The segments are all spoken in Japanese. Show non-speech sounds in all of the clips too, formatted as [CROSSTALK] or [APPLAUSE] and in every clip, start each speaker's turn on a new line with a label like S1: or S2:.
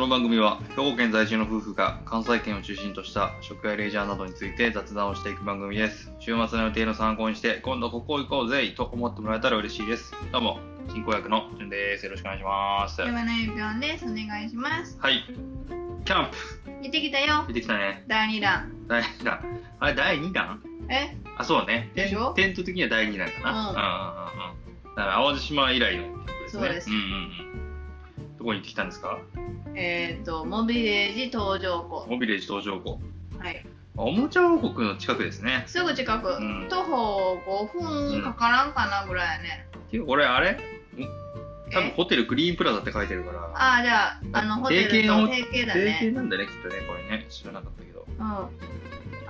S1: の番組は兵庫県在住の夫婦が関西圏を中心とした食やレジャーなどについて雑談をしていく番組です週末の予定の参考にして今度ここ行こうぜいと思ってもらえたら嬉しいですどうも進行役のじゅんですよろしくお願いしますは
S2: 山田ゆぴょんです。お願いします。
S1: いキャンプ
S2: 行ってきたよ
S1: 出。てきたね
S2: 第二弾。
S1: 第2弾あれ第2弾
S2: え、
S1: あそうねテ
S2: で
S1: ン
S2: しょ
S1: テント的には第2弾かなうんうんうんうんだから淡路島以来のキャンプですね
S2: そうです
S1: んうんうんどこに行ってきたんですか
S2: えっ、と、モビレージ東上湖。
S1: モビレージ東上湖
S2: はい。
S1: おもちゃ王国の近くですね。
S2: すぐ近く。
S1: ん
S2: 徒歩5分かからんかなぐらいやね。
S1: ていうかこれあれ多分
S2: え
S1: ホテルグリーンプラザって書いてるから、
S2: ああ、じゃあ、あの、ホテ
S1: 定
S2: ル
S1: 型の
S2: の定型だ
S1: 定
S2: ね。
S1: 型なんだね、きっとね、これね。知らなかったけど。
S2: うん。あ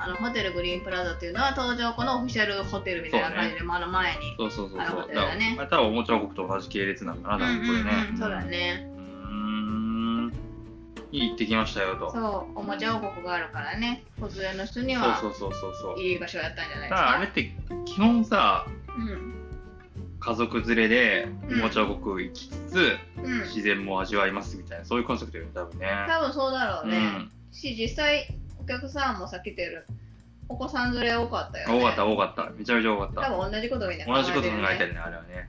S2: の、ホテルグリーンプラザっていうのは東上湖のオフィシャルホテルみたいな感じで、まああの前に。
S1: そうそうそう
S2: あ
S1: そ
S2: の
S1: う。
S2: ホテルだね
S1: から多分おもちゃ王国と同じ系列なんだな、多分これね。
S2: うんうんうんそうだ。ね
S1: う。ーん。に行ってきましたよと。
S2: そう、おもちゃ王国があるからね。子連れの人に
S1: そう
S2: は
S1: そうそうそうそう。
S2: いい場所やったんじゃない
S1: だか
S2: です
S1: らあれっ
S2: か。
S1: て基本さ、
S2: うん。
S1: 家族連れでおもちゃ王国行きつつ、
S2: うん。
S1: 自然も味わいますみたいな、そういうコンセプトよね、多分ね。
S2: 多分そうだろうね。
S1: うん。
S2: し実際お客さんもさ来てるお子さん連れ多かったよ、ね、
S1: 多かった、多かった。めちゃめちゃ多かった。
S2: 多分同じことみんな考
S1: 同
S2: え
S1: じ
S2: て
S1: こと
S2: る、
S1: 考
S2: ね、
S1: えてるねあれはね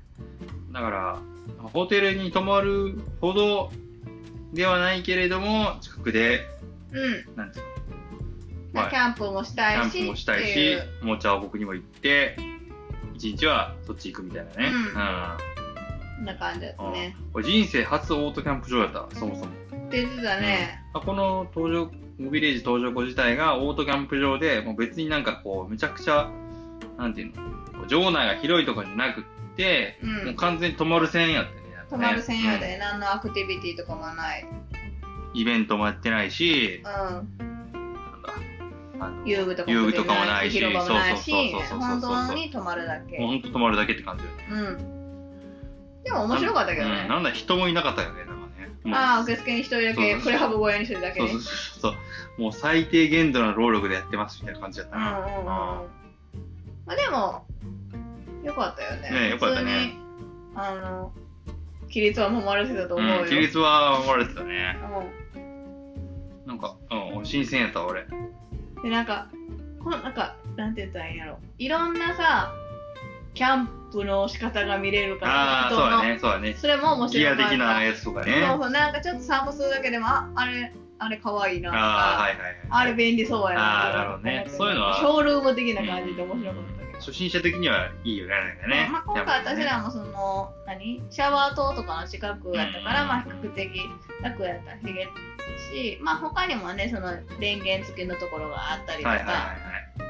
S1: だからホテルに泊まるほどではないけれども近くで
S2: うん
S1: なんていうの
S2: まあキャンプもした
S1: キャ
S2: い
S1: ン
S2: し
S1: プもしたい
S2: って
S1: し
S2: いう
S1: おもちゃ王国にも行って一日はそっち行くみたいなね
S2: うんこんな感じだったね
S1: うん、これ人生初オートキャンプ場やったそもそも、
S2: 出てたね
S1: あこの登場モビレージ登場湖自体がオートキャンプ場でもう別になんかこうめちゃくちゃなんていうのこう場内が広いとかじゃなくって、
S2: うん、
S1: もう完全に泊まる線やったねなんか
S2: 泊
S1: ね
S2: まる専用
S1: うん
S2: で何のアクティビティとかもない
S1: イベントもやってないし、
S2: うん
S1: なんだあの
S2: 遊具とか
S1: 遊具とかもないし、
S2: 広場もないし
S1: そうそうそうそうそう
S2: 本
S1: そう
S2: 当に泊まるだけ
S1: もう
S2: う
S1: 本当泊まるだけって感じよね。
S2: んでも面白かったけど
S1: う
S2: ね
S1: ん、なんだ人もいなかったよね、なんかね。もう
S2: ああ受付に一人だ
S1: そうそう
S2: け
S1: そう
S2: プレハブ小屋にするだけ
S1: そう
S2: ね
S1: そうそうそう。もう最低限度の労力でやってますみたいな感じだった
S2: うんうん
S1: な。
S2: うんまあでも、よかったよね。
S1: ねよかったね
S2: 普通に。あの、規律は守られてたと思うよ。
S1: うん、規律は守られてたね。
S2: う
S1: なんか、うん、新鮮やった俺。
S2: んで、なんか、このなんか、なんて言ったらいいんやろ。いろんなさ、キャンプの仕方が見れるか
S1: あ
S2: ら、
S1: あ、そうだね、そうだね
S2: 人の。。それも面
S1: ギ
S2: 白
S1: ア
S2: かった。
S1: 的なやつとかね。
S2: そうそう、なんかちょっと散歩するだけでも、ああれ、あれ可愛いなと
S1: ああ、
S2: か、
S1: はいはいはい。
S2: あれ便利そうやなとか
S1: あーなるほどねそういうのは
S2: ショールーム的な感じで面白かったけど。
S1: 初心者的にはいいよね、なんかね。
S2: まあ、今回
S1: やっぱ
S2: 私
S1: ね
S2: らもその何シャワー塔とかの近くやったから、
S1: うん
S2: まあ、比較的楽やったひげし、まあ、他にもねその電源付きのところがあったりとか、
S1: はいはいはいはい。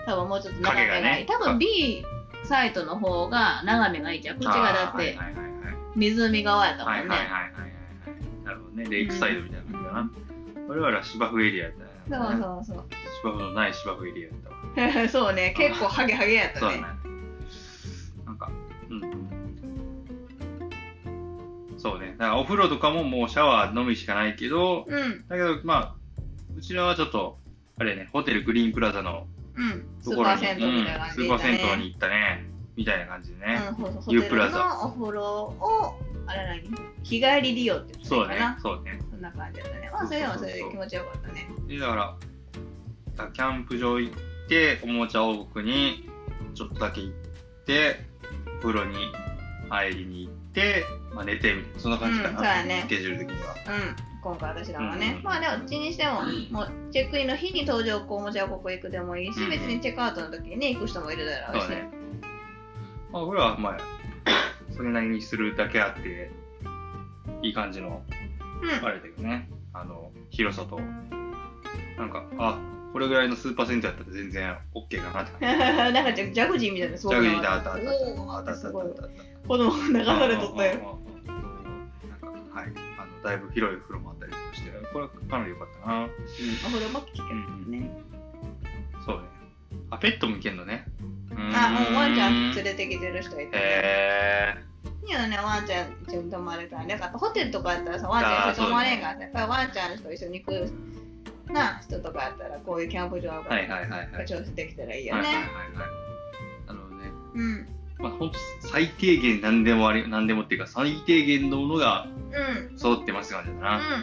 S2: 多分もうちょっと眺めがいい、
S1: 影がね
S2: 多分 B サイトの方が眺めがいいじゃんこっちがだっ
S1: はい
S2: て
S1: はいはいはい
S2: 湖側やったもん
S1: はいはい
S2: ね、
S1: はいはいはい。なるほどね。レイクサイドみたいな感じだな。我々は芝生エリアだったね。
S2: そうそう
S1: 芝生のない芝生エリアだったわ。
S2: そう [LAUGHS] そうね結構ハゲハゲやっ
S1: そ
S2: た
S1: うだね
S2: ね。
S1: なんか、うん。そうね。だからお風呂とかももうシャワーのみしかないけど、
S2: うん
S1: だけどまあ、うちらはちょっと、あれね、ホテルグリーンプラザの
S2: うんス
S1: と
S2: ー
S1: こ
S2: パ
S1: ろ
S2: ー
S1: に、
S2: 銭湯みたいな
S1: うんス
S2: 感じ
S1: ー
S2: でい
S1: パー
S2: た
S1: 銭湯
S2: ね
S1: に行ったね。みたいな感じでね。
S2: うんそうそうホテ
S1: ユ
S2: ル
S1: ープラザ
S2: のお風呂をあれ何日帰り利用って言ってた
S1: そ
S2: の
S1: う
S2: か
S1: ね
S2: な。
S1: そうね。
S2: そんな感じだったね。まあ、それでもそれで気持ちよかったね。
S1: でだからだキャンプ場行っておもちゃ王国にちょっとだけ行ってお風呂に入りに行って、まあ、寝てみたいなそんな感じかな、
S2: うんそうだね
S1: スケジュール的には
S2: うん。今回私らはね。
S1: うん
S2: まあ、でも、どっちにしても、もう、チェックインの日に登場校もじゃあここ行くでもいいし
S1: うん、
S2: 別にチェックアウトの時にね、行く人もいるだろう
S1: そ
S2: し
S1: う。ね、まあ、お風呂はまあそれなりにするだけあっていい感じの
S2: うん。
S1: あれだけどねあの広さとなんかあこれぐらいのスーパーセントやったら全然 OK かなって感じ
S2: なん [LAUGHS] かジャジャグジーみ [LAUGHS] たいな、す
S1: ジ
S2: ごい
S1: ャグジ
S2: な。
S1: ーだったあった
S2: おー
S1: あったあったあ
S2: す
S1: った
S2: ご
S1: あ
S2: い
S1: っ。たあった
S2: 子供が流されとったよ。
S1: うんうんうんうんなんかはい、あのだいぶ広い風呂もあったりとかして、これはかなり良かったな。
S2: お風呂も聞け
S1: う
S2: る
S1: ん
S2: ね。
S1: そうね。あ、ペットもいけんのね。
S2: あ、うん、ワンちゃん連
S1: て。
S2: れてきてる人いてね。
S1: へえ。
S2: いいよね、ワンちゃん一緒に泊まれたらね。なんかホテルとかやったらさ、ワンちゃん一緒に泊まれんからさ、やっぱりワンちゃんの人一緒に行くな人とかやったら、こういうキャンプ場とか
S1: はいはいはいはい。はい
S2: 調整できたらいいよ
S1: はいはいはい
S2: ね。。
S1: なるほどね。
S2: うん。
S1: まあ本当最低限何でもあり、何でもっていうか最低限のものが
S2: うん。うん。
S1: 揃ってます感じだ
S2: ま
S1: な。
S2: あで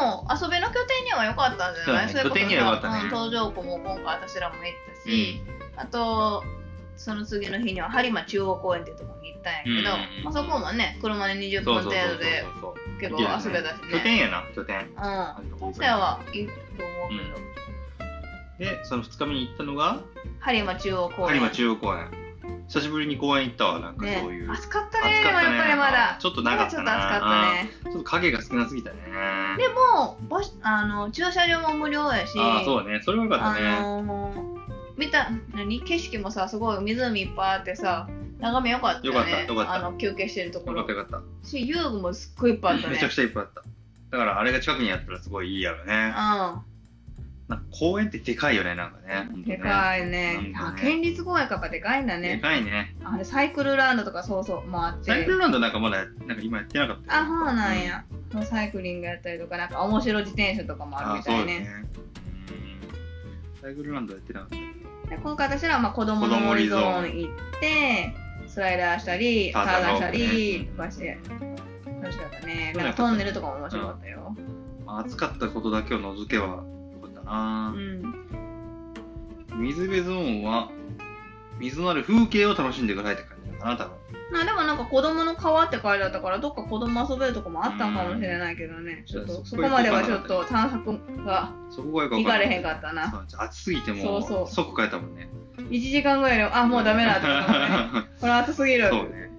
S2: も遊びの拠点には良かったんじゃない
S1: そうだね拠点には良かったね
S2: うん東条湖も今回私らも行った
S1: う
S2: し、
S1: ん
S2: あとその次の日には播磨中央公園っていうところに行ったんやけど、
S1: うんうんうん
S2: まあ、そこもね車で20
S1: そ
S2: 分
S1: うそ
S2: 程
S1: うそう
S2: 度で
S1: そう
S2: 結
S1: そう
S2: 構遊べたし
S1: 拠
S2: ね
S1: 点やな拠点
S2: うん今回はいいと思うけど、
S1: でその2日目に行ったのが
S2: 播磨中央公園
S1: 播磨中央公園久しぶりに公園行ったわなんか
S2: ね
S1: そういう、
S2: 暑かったねでもやっぱりまだ
S1: ちょっと長かった
S2: ちょっ
S1: な
S2: と暑かったね
S1: ちょっと影が少なすぎたね
S2: でもぼしあの駐車場も無料やし
S1: ああそうだねそれはよかったね、
S2: あのー見た何景色もさすごい湖いっぱいあってさ眺め良かったね
S1: 良かった良かった
S2: あの休憩してるとこ
S1: よか
S2: ろ
S1: ったよかっ、
S2: し遊具もすっごいいっぱいあったたね
S1: めちゃくちゃいっぱいあっただからあれが近くにあったらすごいいいやろねなんか公園ってでかいよねなんかね
S2: う
S1: ほ
S2: ん
S1: んとね
S2: でかいね
S1: なんかね
S2: あ県立公園かやっぱでかいんだ
S1: で
S2: ね
S1: かいね
S2: あれサイクルランドとかそうそうもあって
S1: サイクルランドなんかまだやなんか今やってなかったよ
S2: あそうなんや、もうサイクリングやったりとかなんか面白自転車とかもあるみたいね
S1: うんサイクルランドやってなかったけど
S2: で今回私らはまあ子供の
S1: 子供
S2: 森
S1: リゾ
S2: ゾ
S1: ーン
S2: ーン行ってスライダーしたりタ
S1: ターザ
S2: ー
S1: ン
S2: ザンした
S1: ロープね
S2: りとかして楽しかったねなんかトンネルとかも面白かったよ、
S1: まあ、暑かったことだけを除けばよかった
S2: う
S1: な、
S2: ん、
S1: 水辺ゾーンは水のある風景を楽しんでくださいって感じなのかな多分
S2: まあでもなんか子供の川って書いてあったからどっか子供遊べるとこもあったんかもしれないけどね、ちょっ
S1: そ
S2: と
S1: う
S2: そこまではちょっと探索が
S1: そこがよく
S2: 行
S1: 分
S2: か
S1: か
S2: れ
S1: ら
S2: へんかったな
S1: そうです暑すぎても
S2: そうそう
S1: 即帰ったもんね
S2: 1時間ぐらいであもうダメだって思った
S1: [LAUGHS]
S2: ねこれ暑すぎる
S1: そうね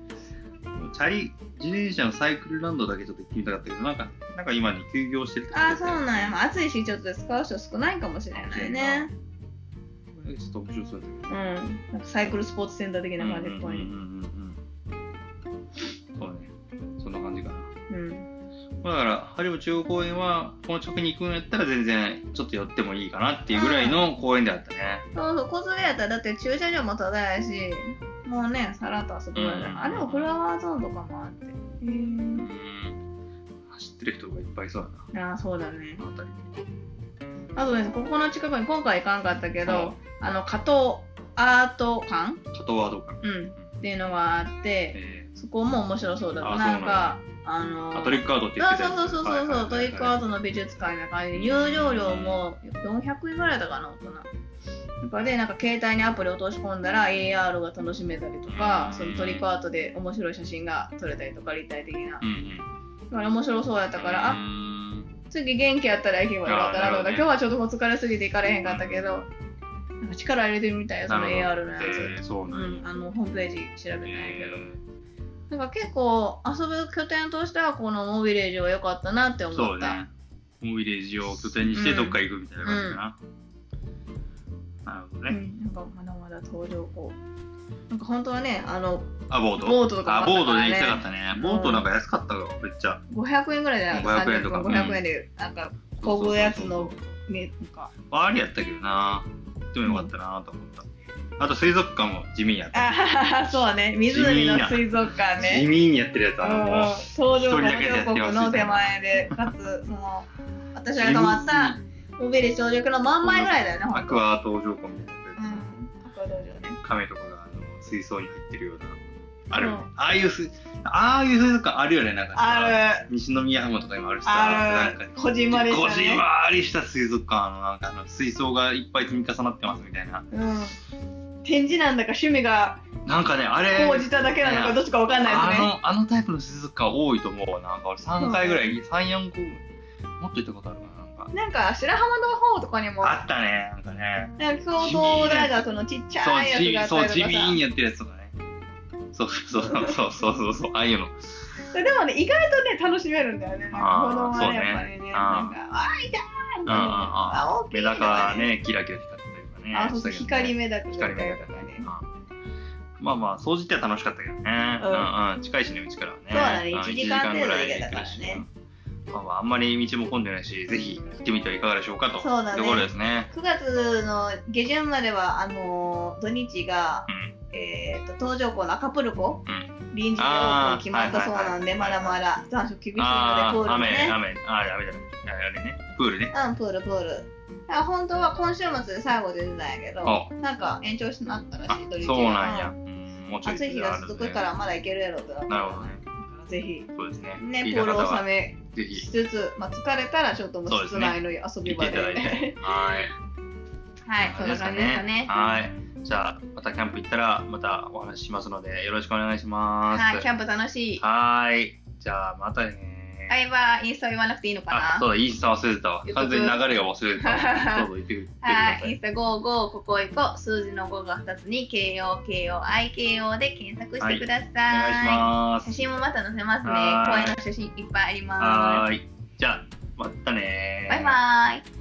S1: チャリ自転車のサイクルランドだけちょっと行ってみたかったけどなんかなんか今ね休業してるって
S2: あ
S1: 聞
S2: ー
S1: い
S2: そ
S1: て
S2: うなんや、まあ、暑いしちょっと使う人少ないかもしれないね
S1: これちょっと面白そうだね
S2: うんなんかサイクルスポーツセンター的な感じっぽい、
S1: うんうんうんうんそうねそんな感じかな
S2: うん、
S1: まあだから、ハリボ中央公園は、この近くに行くんやったら全然、ちょっと寄ってもいいかなっていうぐらいの公園であったね。
S2: そうそう、小連れやったらだって駐車場もただやし、もうね、さらっと遊ぶよね。
S1: うん
S2: あ、でもフラワーゾーンとかもあって。
S1: う
S2: へ
S1: ん。走ってる人がいっぱいいそうだな、
S2: え。あー、そうだね
S1: こ。の辺り。
S2: あとね、ここの近くに今回行かんかったけ
S1: う
S2: ど、あの、加藤アート館
S1: 加藤はどうかな。
S2: うん。
S1: うん
S2: っていうのがあって、
S1: え
S2: そこも面白そうだった。
S1: あ
S2: な
S1: そ
S2: ん
S1: うなんや
S2: か、あの
S1: ー、あトリックアートって言っ
S2: あ
S1: てた
S2: そう
S1: やつ
S2: そうそうそうそう、トリックアー
S1: ト。
S2: トの美術館な感じで入場料も400円ぐらいだかな大人とかでなんか携帯にアプリ落とし込んだら AR が楽しめたりとか
S1: うん
S2: そのトリックアートで面白い写真が撮れたりとか立体的な
S1: うんうん。
S2: だから面白そうやったから
S1: う
S2: あ
S1: ん
S2: 次元気やったら行けばよかったなと
S1: あーなるほ
S2: 思っ
S1: ど
S2: た
S1: ね
S2: 今日はちょっとお疲れすぎて行かれへんかったけどなんか力入れてみたいよその
S1: なるほど
S2: AR のや
S1: え
S2: つ、
S1: ー、そう
S2: う
S1: なん
S2: ん、
S1: や。
S2: あのホームページ調べてないけど、
S1: え
S2: なんか結構遊ぶ拠点としてはこのモビレージは良かったなって
S1: ー
S2: 思
S1: そう
S2: った。
S1: ね。モビレージを拠点にしてどっか行くみたいな感じかな。なるほど
S2: う
S1: ね。
S2: ん、なんかまだまだ登場校なんか本当はねあの
S1: あ、ボード。
S2: ボートとかもあ
S1: あ、
S2: ったからね
S1: ボードで行きたかったね。ボートなんか安かったよ、めっちゃ。
S2: 500円ぐらいじゃない
S1: 500円とか
S2: 30分500円でなんかこぐやつのねなんか
S1: ありやったけどなでもよかったなと思った、あと水族館も地味にやった、
S2: あそうね湖の水族館
S1: 地
S2: ね
S1: 味にやってるやつ
S2: う
S1: あ
S2: んう
S1: の
S2: ん
S1: もう
S2: 登
S1: 一人
S2: 場校
S1: だけでやって
S2: の
S1: ます
S2: 国の手前でかつその私が泊まったモビリ上陸の真ん前ぐらいだよね
S1: ア
S2: 本当
S1: クア登場湖みたいなやつ、
S2: うんアクア道場ね
S1: 亀とかがあの水槽に入ってるようなある、
S2: うん
S1: ああいう水ああいう水族館あるよねなんかさ
S2: ある
S1: 西宮浜とかにもあるしさ
S2: あ
S1: なん
S2: る
S1: か
S2: こじんまり
S1: こ
S2: した
S1: じん
S2: ね
S1: わりした水族館あのなんかあの水槽がいっぱい積み重なってますみたいな
S2: うん展示なんだか趣味が
S1: なんかねあれ
S2: 講じただけなのかどっちかわかんないですね
S1: あのあのタイプの水族館多いと思うわなんか俺3回ぐらい、34個もっと行ったことあるかななんか
S2: なんか白浜の方とかにも、
S1: あったねなんかね
S2: なんか京都大学のちっち
S1: そう
S2: ゃいや
S1: ち
S2: つが
S1: そ
S2: あ
S1: う
S2: ったり
S1: 地
S2: とか
S1: 味にやってるやつとかねそうそうそうそうそうそうそうああいうの
S2: さ、でもね、意外とね、楽しめるんだよね。なんか子供はね、やっぱりね、なんか、あー、いたーみたいな、あ、大き
S1: メ
S2: い
S1: ダ
S2: と
S1: カ
S2: か
S1: が
S2: ね、
S1: ねキラキラ光ってたりとかね
S2: あ、そうそう、光
S1: 目
S2: メダカ
S1: 光目だ
S2: と
S1: か
S2: からね
S1: ね。うんまあまあ掃除っては楽しかったけどね、
S2: う
S1: うんんうん、近いしねうちからはね
S2: そうだね
S1: ん
S2: 1時間程度
S1: 一時間ぐ
S2: で行けたからね
S1: らいで行けるしうんまあまああんまり道も混んでないしぜひ行ってみてはいかがでしょうかと
S2: そうだね
S1: ところですね
S2: 9月の下旬までは、あのー土日が、
S1: う
S2: えー、と東条湖のアカプルコ、
S1: う
S2: 臨時オープン決まったそう
S1: あー
S2: な
S1: はいは
S2: ん
S1: い
S2: で、
S1: はい
S2: まだまだ残暑厳しいので、プ
S1: ああ
S2: ールも
S1: 雨
S2: ね。
S1: 雨あ雨だねあれねプールね
S2: うん、プール、プール。だから本当は今週末で最後で出たんやけど
S1: あ、
S2: なんか延長しなったら
S1: あ
S2: しい、土日が
S1: そうなんや、うん、もうちょい
S2: 暑い日が続くからまだいけるやろってなった
S1: なるほどね
S2: だからぜひ、
S1: そうですね
S2: ね、
S1: 聞い
S2: プー
S1: た
S2: ル
S1: 方
S2: 納
S1: は
S2: め
S1: ぜひ
S2: しつつ、まあ、疲れたらちょっともう室内の遊び
S1: 見て
S2: 場
S1: い
S2: で
S1: た
S2: [LAUGHS]
S1: だいてはい
S2: はいそんな感じですかね
S1: はいじゃあまたキャンプ行ったらまたお話ししますのでよろしくお願いします
S2: はいキャンプ楽しい
S1: はいじゃあまたね
S2: あれはインスタ言わなくていいのか
S1: あ
S2: な
S1: そうだインスタ忘れてたわ
S2: 予告
S1: 完全に流れが忘れてたどうぞ言ってくださ
S2: はい、インスタ55ここ行こう数字の5が2つに KOKOIKO で検索してください,、
S1: お願いします
S2: 写真もまた載せますね
S1: は
S2: 公
S1: い
S2: 園の写真いっぱいあります
S1: はーい。じゃあ、またねー
S2: バイバイ